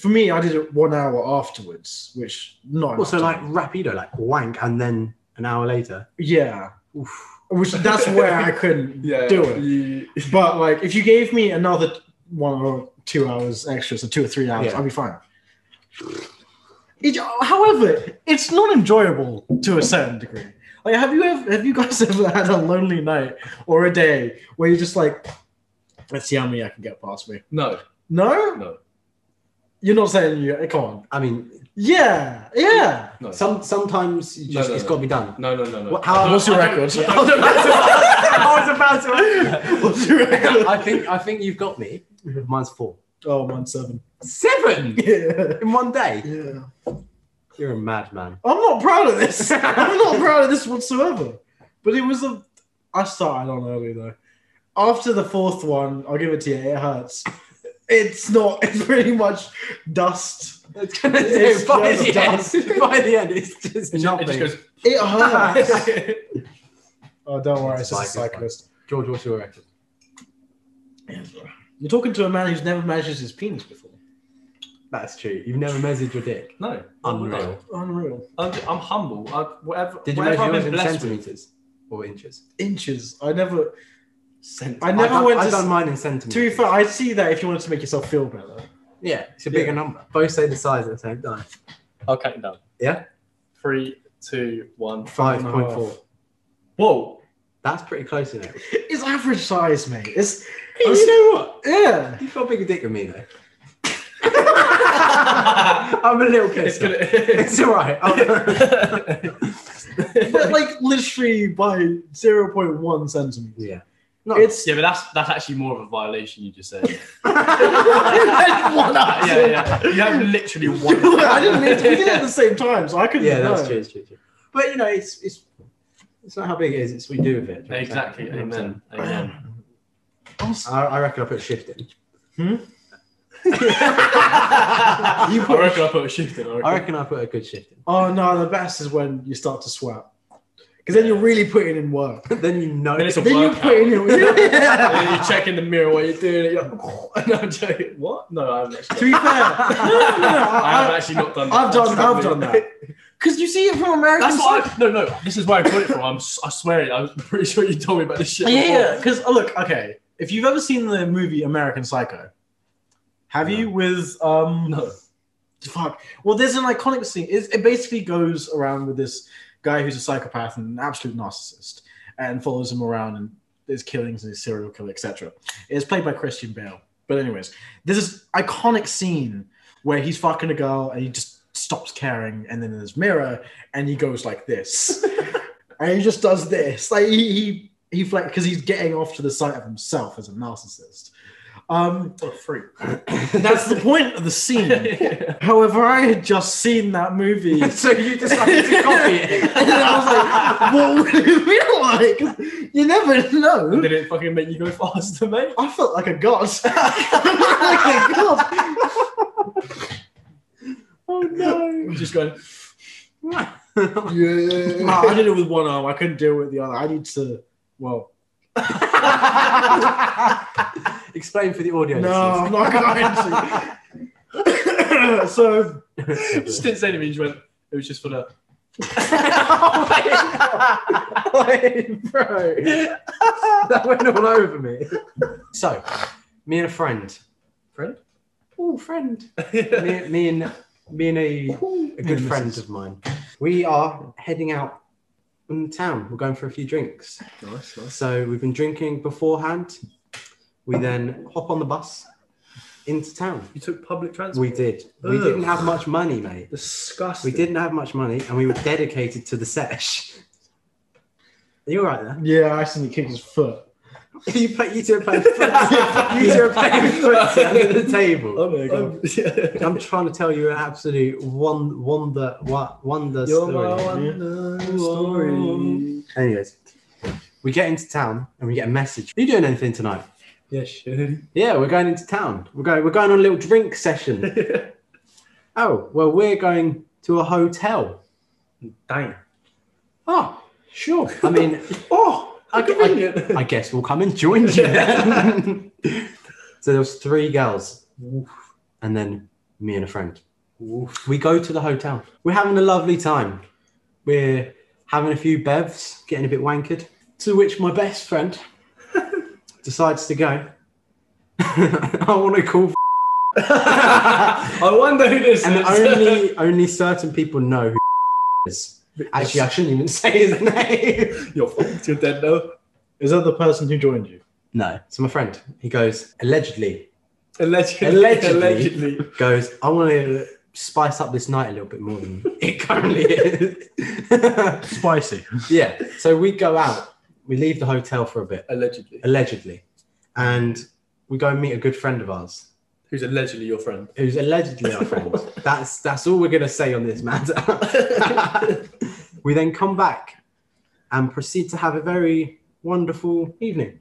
Speaker 1: for me, I did it one hour afterwards, which not
Speaker 2: Also,
Speaker 1: enough
Speaker 2: like
Speaker 1: time.
Speaker 2: rapido, like wank, and then an hour later.
Speaker 1: yeah,
Speaker 2: Oof.
Speaker 1: which that's where I couldn't
Speaker 3: Yeah,
Speaker 1: do it.
Speaker 3: You,
Speaker 1: But like, if you gave me another one or two hours extra, so two or three hours,
Speaker 2: Yeah.
Speaker 1: I'd be fine. It, however, it's not enjoyable to a certain degree. Like, have you ever, have you guys ever had a lonely night or a day where you're just like, let's see how many I can get past me?
Speaker 3: no,
Speaker 1: No,
Speaker 3: No.
Speaker 1: You're not saying you. Come on.
Speaker 2: I mean,
Speaker 1: Yeah, yeah.
Speaker 3: no,
Speaker 2: some sometimes you
Speaker 3: No,
Speaker 2: just
Speaker 3: no,
Speaker 2: it's
Speaker 3: no.
Speaker 2: got to be done.
Speaker 3: no, no, no, no.
Speaker 2: What- how-
Speaker 3: I don't-
Speaker 1: what's your
Speaker 3: I don't-
Speaker 1: record?
Speaker 3: I
Speaker 2: I
Speaker 3: don't-
Speaker 2: was about to. I was
Speaker 1: What's your
Speaker 2: about
Speaker 1: record?
Speaker 2: to. I think I think you've got me. Mine's four.
Speaker 1: Oh, mine's seven.
Speaker 2: Seven
Speaker 1: Yeah,
Speaker 2: in one day.
Speaker 1: yeah.
Speaker 2: You're a madman.
Speaker 1: I'm not proud of this. I'm not proud of this whatsoever. But it was a. I started on early though. After the fourth one, I'll give it to you. It hurts. It's not. It's pretty much dust.
Speaker 2: It's gonna
Speaker 1: It's
Speaker 2: say by
Speaker 1: just
Speaker 2: the
Speaker 1: done.
Speaker 2: end. By the end, it's just
Speaker 3: It just- it
Speaker 2: nothing.
Speaker 3: just goes-
Speaker 1: It hurts. oh, don't worry. It's
Speaker 2: It's
Speaker 1: just a
Speaker 2: fine, it's fine.
Speaker 1: cyclist.
Speaker 2: George, what's your record?
Speaker 1: You're talking to a man who's never measured his penis before.
Speaker 2: That's true. You've never measured your dick.
Speaker 3: no,
Speaker 2: Unreal.
Speaker 1: Unreal.
Speaker 3: I'm, I'm humble. I, whatever.
Speaker 2: Did you
Speaker 3: whatever
Speaker 2: measure
Speaker 3: I've
Speaker 2: yours
Speaker 3: been
Speaker 2: in
Speaker 3: blessed with-
Speaker 2: centimeters or inches?
Speaker 1: Inches. I never.
Speaker 3: Cent-
Speaker 1: I never
Speaker 2: I've done,
Speaker 1: went
Speaker 2: I've
Speaker 1: to.
Speaker 2: done mine in
Speaker 1: To be
Speaker 2: centimeters.
Speaker 1: fair, I see that if you wanted to make yourself feel better.
Speaker 2: Yeah, it's a bigger
Speaker 1: Yeah.
Speaker 2: number. Both say the size at the same time.
Speaker 3: I'll count it down.
Speaker 2: Yeah?
Speaker 3: Three, two, one.
Speaker 1: Five
Speaker 2: Five
Speaker 1: and a
Speaker 2: point
Speaker 1: half.
Speaker 2: four.
Speaker 3: Whoa.
Speaker 2: That's pretty close, isn't it?
Speaker 1: It's average size, mate. It's
Speaker 2: You
Speaker 1: know what? Yeah.
Speaker 2: You've got a bigger dick than me, though. I'm a little closer.
Speaker 3: It's
Speaker 2: It's,
Speaker 3: gonna.
Speaker 2: all right. I'll-
Speaker 1: but like literally by zero point one centimeters.
Speaker 2: yeah. No.
Speaker 1: It's
Speaker 3: yeah, but that's that's actually more of a violation you just said.
Speaker 1: one up.
Speaker 3: yeah, yeah. You have literally one.
Speaker 1: I didn't mean to. We did it at the same time, so I couldn't.
Speaker 2: yeah, that's
Speaker 1: know.
Speaker 2: true, it's true, true. But you know, it's it's it's not how big it is. It's what you do with it.
Speaker 3: Exactly. Amen. Amen.
Speaker 1: I'm s-
Speaker 2: I, I reckon I put shift in.
Speaker 1: Hmm?
Speaker 3: you
Speaker 2: You
Speaker 3: put,
Speaker 2: put-
Speaker 3: I reckon I put a shift in. I reckon.
Speaker 2: I reckon I put a good shift
Speaker 1: Oh no, the best is when you start to sweat, because then you're really putting in work.
Speaker 2: in. then you know.
Speaker 3: Then it's a
Speaker 1: Then you're
Speaker 3: workout.
Speaker 1: putting in.
Speaker 3: And then you
Speaker 1: Yeah.
Speaker 3: check in the mirror while you're doing it. You're like, no, I'm joking. What? No, I haven't
Speaker 1: to be
Speaker 3: actually.
Speaker 1: fair, no, no, no, no,
Speaker 3: I
Speaker 1: I-
Speaker 3: have actually not done that.
Speaker 1: I've done, I've
Speaker 3: Trust me.
Speaker 1: done that. Because you see it from American
Speaker 3: That's
Speaker 1: side.
Speaker 3: what I, no, no. This is where I got it from. I'm, si swear it. I'm pretty sure you told me about this shit.
Speaker 1: Yeah, Oh, yeah.
Speaker 3: before.
Speaker 1: Because look, okay, if you've ever seen the movie American Psycho, have
Speaker 2: No.
Speaker 1: you? With um,
Speaker 3: No.
Speaker 1: fuck. Well, there's an iconic scene. It, it basically goes around with this guy who's a psychopath and an absolute narcissist, and follows him around and there's killings and his serial killer, etc. It's played by Christian Bale. But anyways, there's this iconic scene where he's fucking a girl and he just stops caring, and then there's mirror and he goes like this, and he just does this, like he he he flex because he's getting off to the sight of himself as a narcissist. Um,
Speaker 3: What a freak.
Speaker 1: that's the point of the scene. However, I had just seen that movie.
Speaker 2: so you decided to copy it.
Speaker 1: and then I was like, what would it feel like? You never know.
Speaker 3: Did it fucking make you go faster, mate?
Speaker 1: I felt like a god. I
Speaker 2: oh
Speaker 3: I'm
Speaker 2: no.
Speaker 3: just going.
Speaker 1: felt like a god. Yeah. I did it with one arm. I couldn't do it with the other. I need to. Well,
Speaker 2: Explain for the audio.
Speaker 1: no, I'm not going to. so,
Speaker 2: listeners.
Speaker 3: Just didn't say anything. Just went. It was just for the.
Speaker 1: Oh
Speaker 2: Wait, bro. that went all over me. So, me and a friend.
Speaker 3: Friend?
Speaker 2: Oh, friend. Me, me and me and a, a good
Speaker 1: Yeah,
Speaker 2: friend
Speaker 1: missus.
Speaker 2: of mine. We are heading out in town. We're going for a few drinks.
Speaker 3: nice, nice.
Speaker 2: So we've been drinking beforehand. We then hop on the bus into town.
Speaker 3: You took public transport.
Speaker 2: We did. We
Speaker 3: Ugh.
Speaker 2: didn't have much money, mate.
Speaker 3: Disgusting.
Speaker 2: We didn't have much money, and we were dedicated to the sesh. Are you all right there?
Speaker 1: yeah, I accidentally kicked his foot.
Speaker 2: you, play, you two are playing footsie. You two are playing footsie under the table.
Speaker 1: Oh my god.
Speaker 3: Um, yeah.
Speaker 2: I'm trying to tell you an absolute one, wonder, wa- wonder
Speaker 1: You're
Speaker 2: story.
Speaker 1: my wonder story.
Speaker 2: Anyways, we get into town and we get a message. Are you doing anything tonight?
Speaker 3: yeah, shitty.
Speaker 2: Yeah, we're going into town. We're going. We're going on a little drink session. oh, well, we're going to a hotel.
Speaker 3: Dang.
Speaker 2: Oh, sure. I mean,
Speaker 3: Oh,
Speaker 2: I, I, I guess we'll come and join you. then. so there was three girls, and then me and a friend. We go to the hotel. We're having a lovely time. We're having a few bevs, getting a bit wankered. To which my best friend decides to go. I want to call.
Speaker 3: I wonder who this
Speaker 2: and
Speaker 3: is.
Speaker 2: only only certain people know who is. Actually, I shouldn't even say his name.
Speaker 3: You're fucked, you're dead now.
Speaker 1: Is that the person who joined you?
Speaker 2: No, so my friend. He goes allegedly.
Speaker 3: Allegedly.
Speaker 2: Allegedly.
Speaker 3: Allegedly.
Speaker 2: goes, I want to spice up this night a little bit more than it currently is.
Speaker 1: Spicy.
Speaker 2: yeah. So we go out, we leave the hotel for a bit,
Speaker 3: Allegedly.
Speaker 2: allegedly, and we go and meet a good friend of ours
Speaker 3: Who's allegedly your friend?
Speaker 2: who's allegedly our friend. That's that's all we're gonna say on this matter. we then come back and proceed to have a very wonderful evening.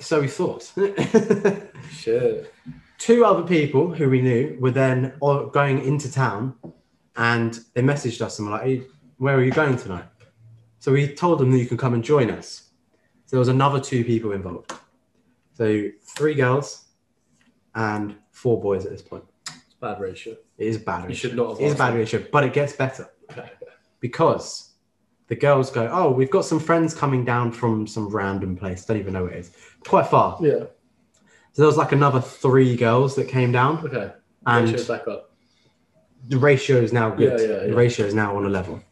Speaker 2: So we thought.
Speaker 3: Shit.
Speaker 2: two other people who we knew were then all going into town and they messaged us and were like, "Hey, Where are you going tonight? So we told them that you can come and join us. So there was another two people involved. So three girls and four boys at this point.
Speaker 3: It's bad ratio.
Speaker 2: It is a bad ratio.
Speaker 3: You should not have
Speaker 2: It is a
Speaker 3: asked
Speaker 2: bad
Speaker 3: them.
Speaker 2: ratio, but it gets better because the girls go, Oh, we've got some friends coming down from some random place. Don't even know where it is. Quite far.
Speaker 3: Yeah.
Speaker 2: So there was like another three girls that came down
Speaker 3: Okay.
Speaker 2: and
Speaker 3: Ratio's back up.
Speaker 2: the ratio is now good.
Speaker 3: Yeah, yeah,
Speaker 2: The
Speaker 3: yeah.
Speaker 2: ratio is now on a level.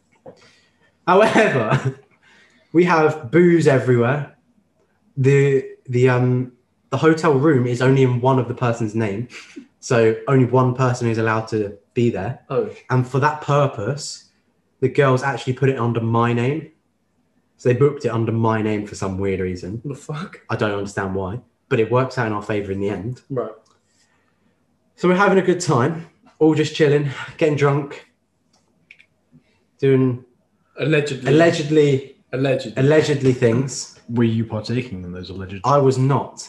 Speaker 2: However, we have booze everywhere. The the um the hotel room is only in one of the person's name, so only one person is allowed to be there.
Speaker 3: Oh,
Speaker 2: And for that purpose, the girls actually put it under my name. So they booked it under my name for some weird reason.
Speaker 3: the fuck?
Speaker 2: I don't understand why, but it works out in our favor in the end.
Speaker 3: Right.
Speaker 2: So we're having a good time, all just chilling, getting drunk, doing
Speaker 3: Allegedly.
Speaker 2: allegedly
Speaker 3: Allegedly.
Speaker 2: allegedly things.
Speaker 1: Were you partaking in those alleged?
Speaker 2: I was not.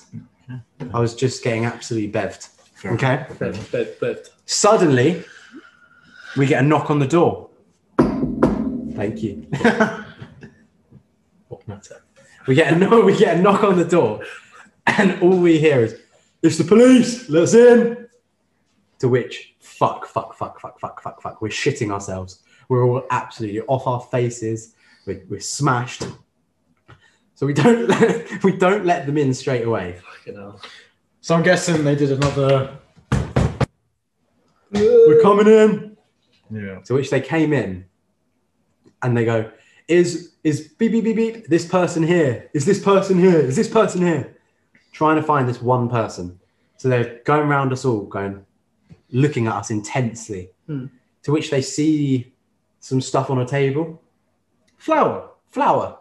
Speaker 2: I was just getting absolutely bevved. Okay.
Speaker 3: Bed, bed, bed.
Speaker 2: Suddenly, we get a knock on the door. Thank you.
Speaker 3: What matter?
Speaker 2: we get a no, we get a knock on the door, and all we hear is, "It's the police. Let us in." To which, fuck, fuck, fuck, fuck, fuck, fuck, fuck. We're shitting ourselves. We're all absolutely off our faces. We're, we're smashed. So we don't let, we don't let them in straight away.
Speaker 3: Fucking hell.
Speaker 1: So I'm guessing they did another.
Speaker 2: We're coming in.
Speaker 1: Yeah.
Speaker 2: To which they came in, and they go, "Is is beep beep beep beep this person here? Is this person here? Is this person here?" Trying to find this one person. So they're going round us all, going, looking at us intensely.
Speaker 3: Hmm.
Speaker 2: To which they see some stuff on a table,
Speaker 1: Flour.
Speaker 2: flour,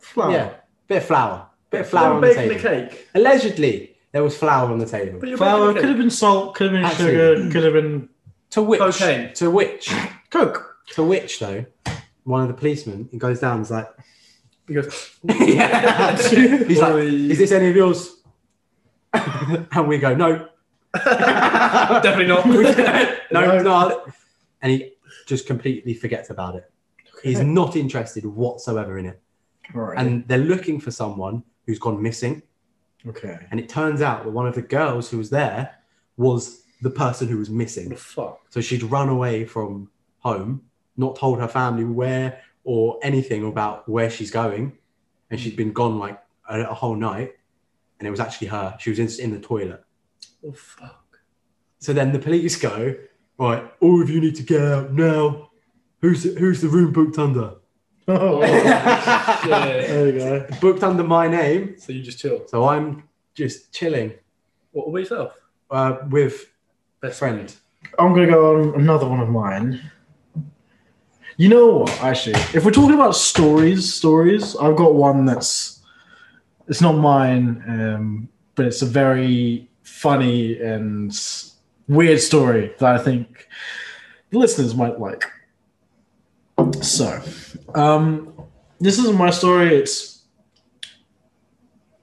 Speaker 1: Flour.
Speaker 2: yeah, bit of flour, bit of flour on the
Speaker 3: baking the
Speaker 2: table.
Speaker 3: cake.
Speaker 2: Allegedly, there was flour on the table.
Speaker 3: But you're
Speaker 1: Flour could
Speaker 3: baking the
Speaker 1: have been salt, could have been sugar, could have been
Speaker 2: To which,
Speaker 3: Cocaine.
Speaker 2: to which,
Speaker 1: coke.
Speaker 2: to which though, one of the policemen he goes down, and is like.
Speaker 3: cake. Because
Speaker 2: Yeah. He's like,
Speaker 3: Oi.
Speaker 2: is this any of yours? and we go, no.
Speaker 3: definitely not.
Speaker 2: no,
Speaker 1: No.
Speaker 2: no, no. And he just completely forgets about it. He's not interested whatsoever in it.
Speaker 1: Right.
Speaker 2: And they're looking for someone who's gone missing.
Speaker 1: okay.
Speaker 2: And it turns out that one of the girls who was there was the person who was
Speaker 3: the
Speaker 2: missing.
Speaker 3: fuck?
Speaker 2: So she'd run away from home, not told her family where or anything about where she's going, and she'd been gone like a, a whole night, and it was actually her. She was in, in the toilet.
Speaker 3: Oh, fuck.
Speaker 2: So then the police go, right, all of you need to get out now. Who's the, who's the room booked under?
Speaker 3: Yeah.
Speaker 1: there you go.
Speaker 2: booked under my name.
Speaker 3: so you just chill.
Speaker 2: So I'm just chilling
Speaker 3: What about yourself?
Speaker 2: uh, with a
Speaker 3: Best
Speaker 2: friend.
Speaker 1: I'm gonna go on another one of mine. You know what? Actually, if we're talking about stories, stories, I've got one that's It's not mine, um, but it's a very funny and weird story that I think the listeners might like. So, um, this isn't my story. It's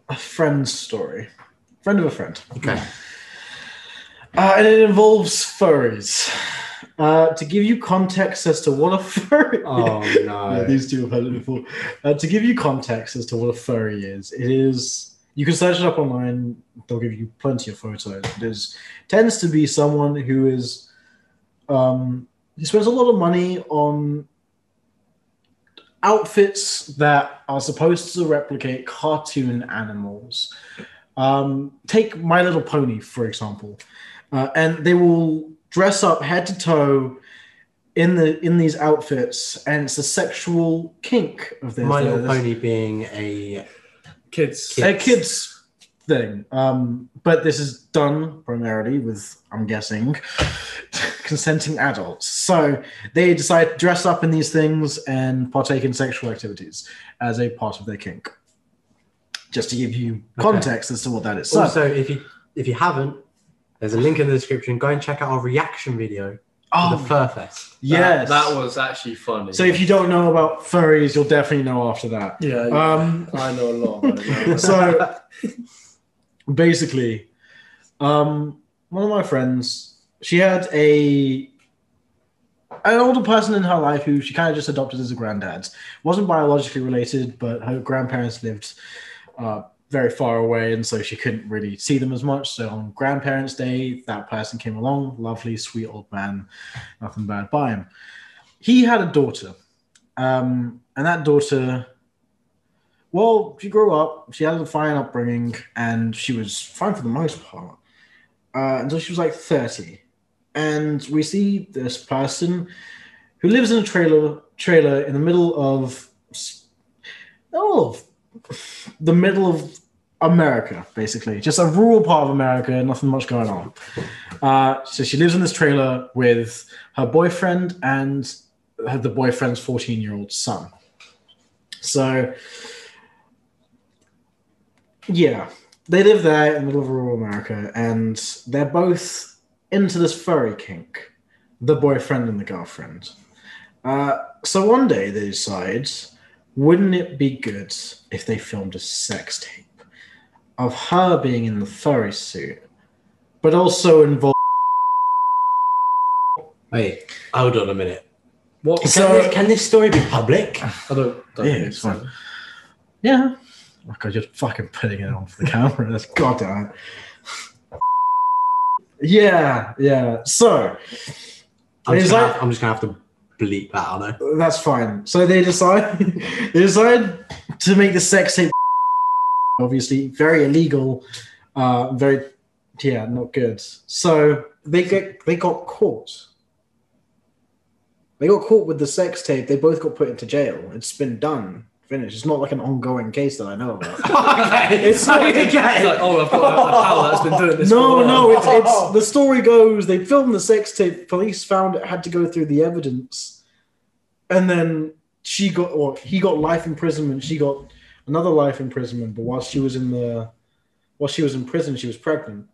Speaker 1: a friend's story, friend of a friend.
Speaker 2: Okay.
Speaker 1: Uh, and it involves furries. Uh, to give you context as to what a furry
Speaker 2: Oh
Speaker 1: yeah,
Speaker 2: no.
Speaker 1: these two have heard it before. Uh, to give you context as to what a furry is, it is you can search it up online. They'll give you plenty of photos. It is tends to be someone who is um, who spends a lot of money on outfits that are supposed to replicate cartoon animals. Um, take My Little Pony for example, uh, and they will dress up head to toe in the in these outfits, and it's a sexual kink of theirs.
Speaker 2: My Little
Speaker 1: There's-
Speaker 2: Pony being a
Speaker 3: Kids.
Speaker 2: Kids.
Speaker 1: a Uh, kids thing. Um, but this is done primarily with, I'm guessing, consenting adults. So they decide to dress up in these things and partake in sexual activities as a part of their kink. Just to give you
Speaker 2: Okay.
Speaker 1: context as to what that is. So,
Speaker 2: also if you if you haven't, there's a link in the description. Go and check out our reaction video to
Speaker 1: oh,
Speaker 2: the Fur Fest.
Speaker 1: yes.
Speaker 3: That, that was actually funny.
Speaker 1: so if you don't know about furries, you'll definitely know after that.
Speaker 3: Yeah.
Speaker 1: Um,
Speaker 3: I know a lot about it.
Speaker 1: so basically, um, one of my friends, she had a an older person in her life who she kind of just adopted as a granddad. wasn't biologically related, but her grandparents lived uh, very far away, and so she couldn't really see them as much. So on grandparents' day, that person came along, lovely, sweet old man, nothing bad by him. He had a daughter, um, and that daughter well, she grew up. She had a fine upbringing, and she was fine for the most part uh, until she was like thirty. And we see this person who lives in a trailer trailer in the middle of s- middle of the middle of America, basically, just a rural part of America, nothing much going on. Uh, so she lives in this trailer with her boyfriend and her- the boyfriend's fourteen year old son. So. Yeah. They live there in the middle of rural America, and they're both into this furry kink the boyfriend and the girlfriend. Uh, so one day they decide, wouldn't it be good if they filmed a sex tape of her being in the furry suit, but also involved?
Speaker 2: Wait, hold on a minute.
Speaker 3: what?
Speaker 2: Can,
Speaker 1: So-
Speaker 2: this, can this story be public?
Speaker 3: I don't, don't
Speaker 1: Yeah,
Speaker 3: think
Speaker 1: it's
Speaker 3: so.
Speaker 1: fine. Yeah. Oh god, you're fucking putting it on for the camera. That's goddamn it. Yeah, yeah. So
Speaker 2: I'm
Speaker 1: Is
Speaker 2: just, gonna
Speaker 1: that-
Speaker 2: have, I'm just gonna have to bleep that out. Now.
Speaker 1: That's fine. So they decide they decide to make the sex tape obviously very illegal, uh, very yeah, not good. So they get they got caught. They got caught with the sex tape. They both got put into jail. It's been done, finished. It's not like an ongoing case that I know about.
Speaker 2: okay,
Speaker 1: It's not-
Speaker 3: It's like, oh, I've got a pal that's been doing this. for
Speaker 1: no,
Speaker 3: a
Speaker 1: no,
Speaker 3: while. Oh,
Speaker 1: it's, it's the story goes they filmed the sex tape. Police found it had to go through the evidence, and then she got or he got life imprisonment. She got another life imprisonment. But while she was in the while she was in prison, she was pregnant,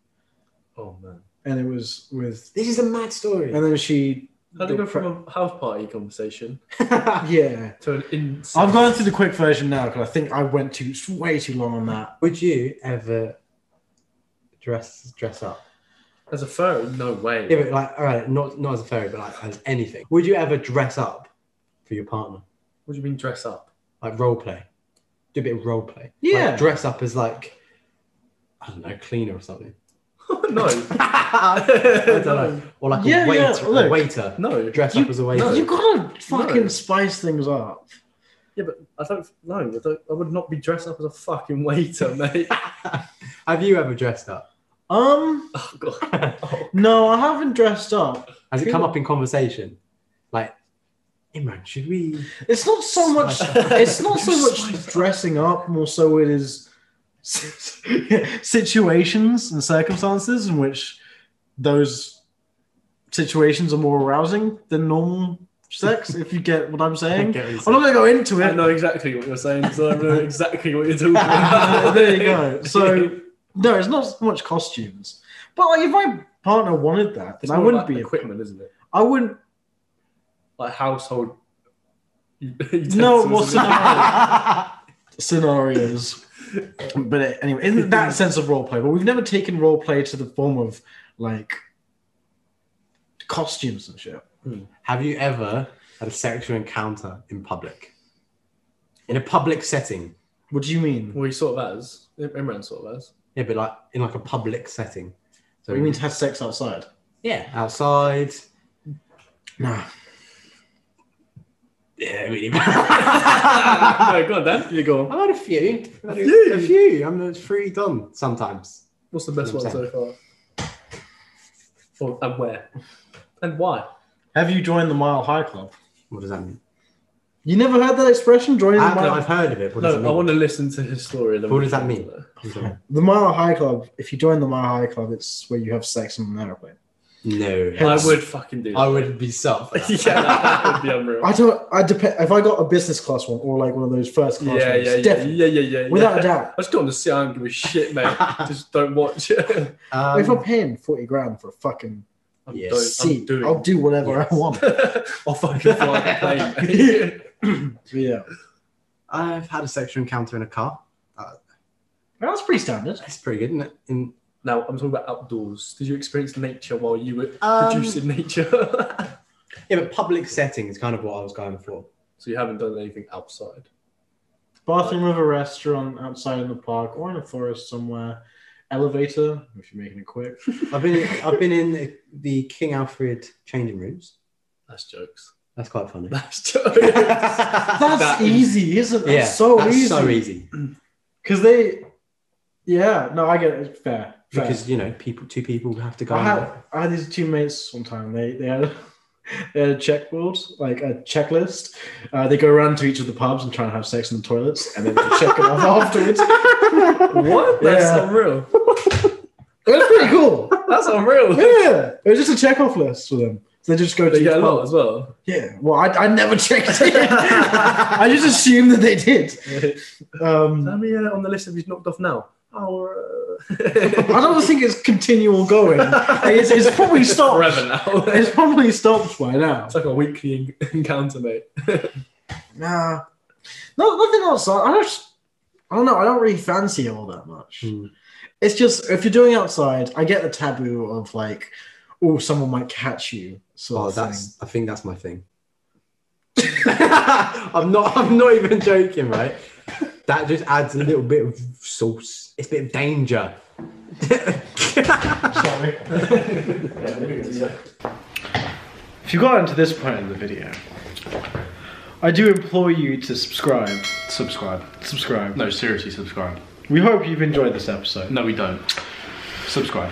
Speaker 3: Oh man.
Speaker 1: and it was with
Speaker 2: this is a mad story.
Speaker 1: and then she
Speaker 3: How do you go from a house party conversation
Speaker 1: yeah.
Speaker 3: to an insane?
Speaker 1: I've gone through the quick version now because I think I went too way too long on that.
Speaker 2: Would you ever dress dress up?
Speaker 3: as a furry. No way.
Speaker 2: Yeah, but like, all right, not not as a fairy, but like as anything. Would you ever dress up for your partner,
Speaker 3: What do you mean dress up?
Speaker 2: like role play? Do a bit of role play.
Speaker 1: Yeah.
Speaker 2: Like, dress up as like, I don't know, cleaner or something.
Speaker 3: no,
Speaker 2: I don't know. Or like
Speaker 1: Yeah,
Speaker 2: a
Speaker 1: yeah,
Speaker 2: waiter. a
Speaker 1: look.
Speaker 2: waiter.
Speaker 3: no.
Speaker 2: Dress
Speaker 1: You-
Speaker 2: up as a waiter.
Speaker 3: no.
Speaker 1: You gotta fucking
Speaker 3: No.
Speaker 1: spice things up.
Speaker 3: I don't. No, I, don't, I would not be dressed up as a fucking waiter, mate.
Speaker 2: Have you ever dressed up?
Speaker 1: Um,
Speaker 3: oh god. Oh.
Speaker 1: no, I haven't dressed up.
Speaker 2: Has it come up in conversation? Like, Imran, should we?
Speaker 1: It's not so much.
Speaker 2: Spice
Speaker 3: up.
Speaker 1: It's not so
Speaker 3: Just
Speaker 1: much
Speaker 3: spice up.
Speaker 1: dressing up. More so, it is s- situations and circumstances in which those situations are more arousing than normal sex, if you get what I'm saying.
Speaker 2: Get what you're
Speaker 1: I'm not going to go into
Speaker 3: I
Speaker 1: it.
Speaker 3: know exactly what you're saying, so I know exactly what you're talking about.
Speaker 1: there you go. So, no, it's not so much costumes. But like, if my partner wanted that, then
Speaker 3: It's
Speaker 1: I
Speaker 3: more
Speaker 1: wouldn't
Speaker 3: like
Speaker 1: be.
Speaker 3: equipment, isn't it?
Speaker 1: I wouldn't.
Speaker 3: Like household.
Speaker 1: No,
Speaker 3: utensils,
Speaker 1: what's
Speaker 3: isn't it?
Speaker 2: saying.
Speaker 1: scenarios. but it- anyway, in that sense of role play, but we've never taken role play to the form of like costumes and shit.
Speaker 2: Have you ever had a sexual encounter in public? In a public setting?
Speaker 1: What do you mean?
Speaker 3: Well, he sort of has. Imran sort of has.
Speaker 2: Yeah, but like in like a public setting. So
Speaker 1: What do you mean to have sex outside?
Speaker 2: yeah, outside.
Speaker 1: Nah.
Speaker 2: Yeah, really.
Speaker 3: no, go on, Dan. You go on.
Speaker 2: I've had a few. I've had A
Speaker 3: few?
Speaker 2: a few. I'm not free done sometimes.
Speaker 3: What's the best
Speaker 2: What
Speaker 3: one
Speaker 2: I'm
Speaker 3: so far? Or, and where? And why?
Speaker 1: Have you joined the Mile High Club?
Speaker 2: What does that mean?
Speaker 1: You never heard that expression, joining
Speaker 2: I,
Speaker 3: Ah,
Speaker 1: the
Speaker 2: no,
Speaker 1: Mile
Speaker 2: I've heard of it. What does it
Speaker 3: No, I
Speaker 2: mean?
Speaker 3: want to listen to his story. and then
Speaker 2: What
Speaker 3: we
Speaker 2: does
Speaker 3: can
Speaker 2: that
Speaker 3: talk
Speaker 2: mean?
Speaker 3: about
Speaker 1: The Mile High Club, if you join the Mile High Club, it's where you have sex in an airplane.
Speaker 2: No.
Speaker 3: it. I would fucking do that.
Speaker 2: I would be soft.
Speaker 3: yeah, that would be unreal.
Speaker 1: I don't. I depend. If I got a business class one or like one of those first class
Speaker 3: yeah,
Speaker 1: ones,
Speaker 3: yeah, yeah,
Speaker 1: definitely,
Speaker 3: yeah, yeah, yeah, yeah.
Speaker 1: without a doubt.
Speaker 3: I just don't want to see. I don't give a shit, mate. just don't watch it.
Speaker 1: if I'm
Speaker 2: Um,
Speaker 1: paying forty grand for a fucking
Speaker 3: I'm
Speaker 2: Yeah,
Speaker 3: doing- I'm
Speaker 1: seat,
Speaker 3: doing.
Speaker 1: I'll do whatever
Speaker 2: Yes.
Speaker 1: I want.
Speaker 3: I'll fucking fly a plane. mate.
Speaker 1: yeah,
Speaker 2: I've had a sexual encounter in a car.
Speaker 1: that's pretty standard.
Speaker 2: That's pretty good, isn't it? In,
Speaker 3: now I'm talking about outdoors. Did you experience nature while you were
Speaker 2: Um,
Speaker 3: producing nature?
Speaker 2: yeah, but public setting is kind of what I was going for.
Speaker 3: So you haven't done anything outside.
Speaker 1: Bathroom of a restaurant outside in the park or in a forest somewhere. Elevator, if you're making it quick.
Speaker 2: I've been I've been in the, the King Alfred changing rooms.
Speaker 3: That's jokes.
Speaker 2: That's quite funny.
Speaker 3: That's jokes.
Speaker 1: That's
Speaker 3: That is-
Speaker 1: easy, isn't it?
Speaker 2: yeah,
Speaker 1: That's so
Speaker 2: that's
Speaker 1: easy.
Speaker 2: so easy
Speaker 1: Because they, yeah, no, I get it. Fair. fair.
Speaker 2: because you know people two people have to go. oh,
Speaker 1: I
Speaker 2: in
Speaker 1: had I had these two mates one time. They they had they had a checkboard, like a checklist. Uh, they go around to each of the pubs and try and have sex in the toilets, and then they check it off afterwards.
Speaker 3: what? That's
Speaker 1: Yeah.
Speaker 3: unreal.
Speaker 1: It was pretty cool.
Speaker 3: That's unreal.
Speaker 1: Yeah, it was just a check-off list for them. So they just go to
Speaker 3: They
Speaker 1: each
Speaker 3: get a
Speaker 1: pub.
Speaker 3: lot as well.
Speaker 1: Yeah, well, I, I never checked it. I just assumed that they did. Um,
Speaker 3: How many uh, on the list have you knocked off now? Oh, uh...
Speaker 1: I don't think it's continual going. It's, it's probably stopped.
Speaker 3: forever now.
Speaker 1: It's probably stopped by now.
Speaker 3: it's like a weekly en- encounter, mate.
Speaker 1: Nah, no, nothing outside. I don't. I don't know. I don't really fancy it all that much.
Speaker 2: Hmm.
Speaker 1: It's just if you're doing it outside, I get the taboo of like, oh, someone might catch you. Sort
Speaker 2: Oh,
Speaker 1: of thing.
Speaker 2: that's I think that's my thing. I'm not I'm not even joking, right? That just adds a little bit of sauce. It's a bit of danger.
Speaker 1: If you got into this point in the video, I do implore you to subscribe. Subscribe. Subscribe.
Speaker 4: No, seriously, subscribe.
Speaker 1: We hope you've enjoyed this episode.
Speaker 4: No, we don't. Subscribe.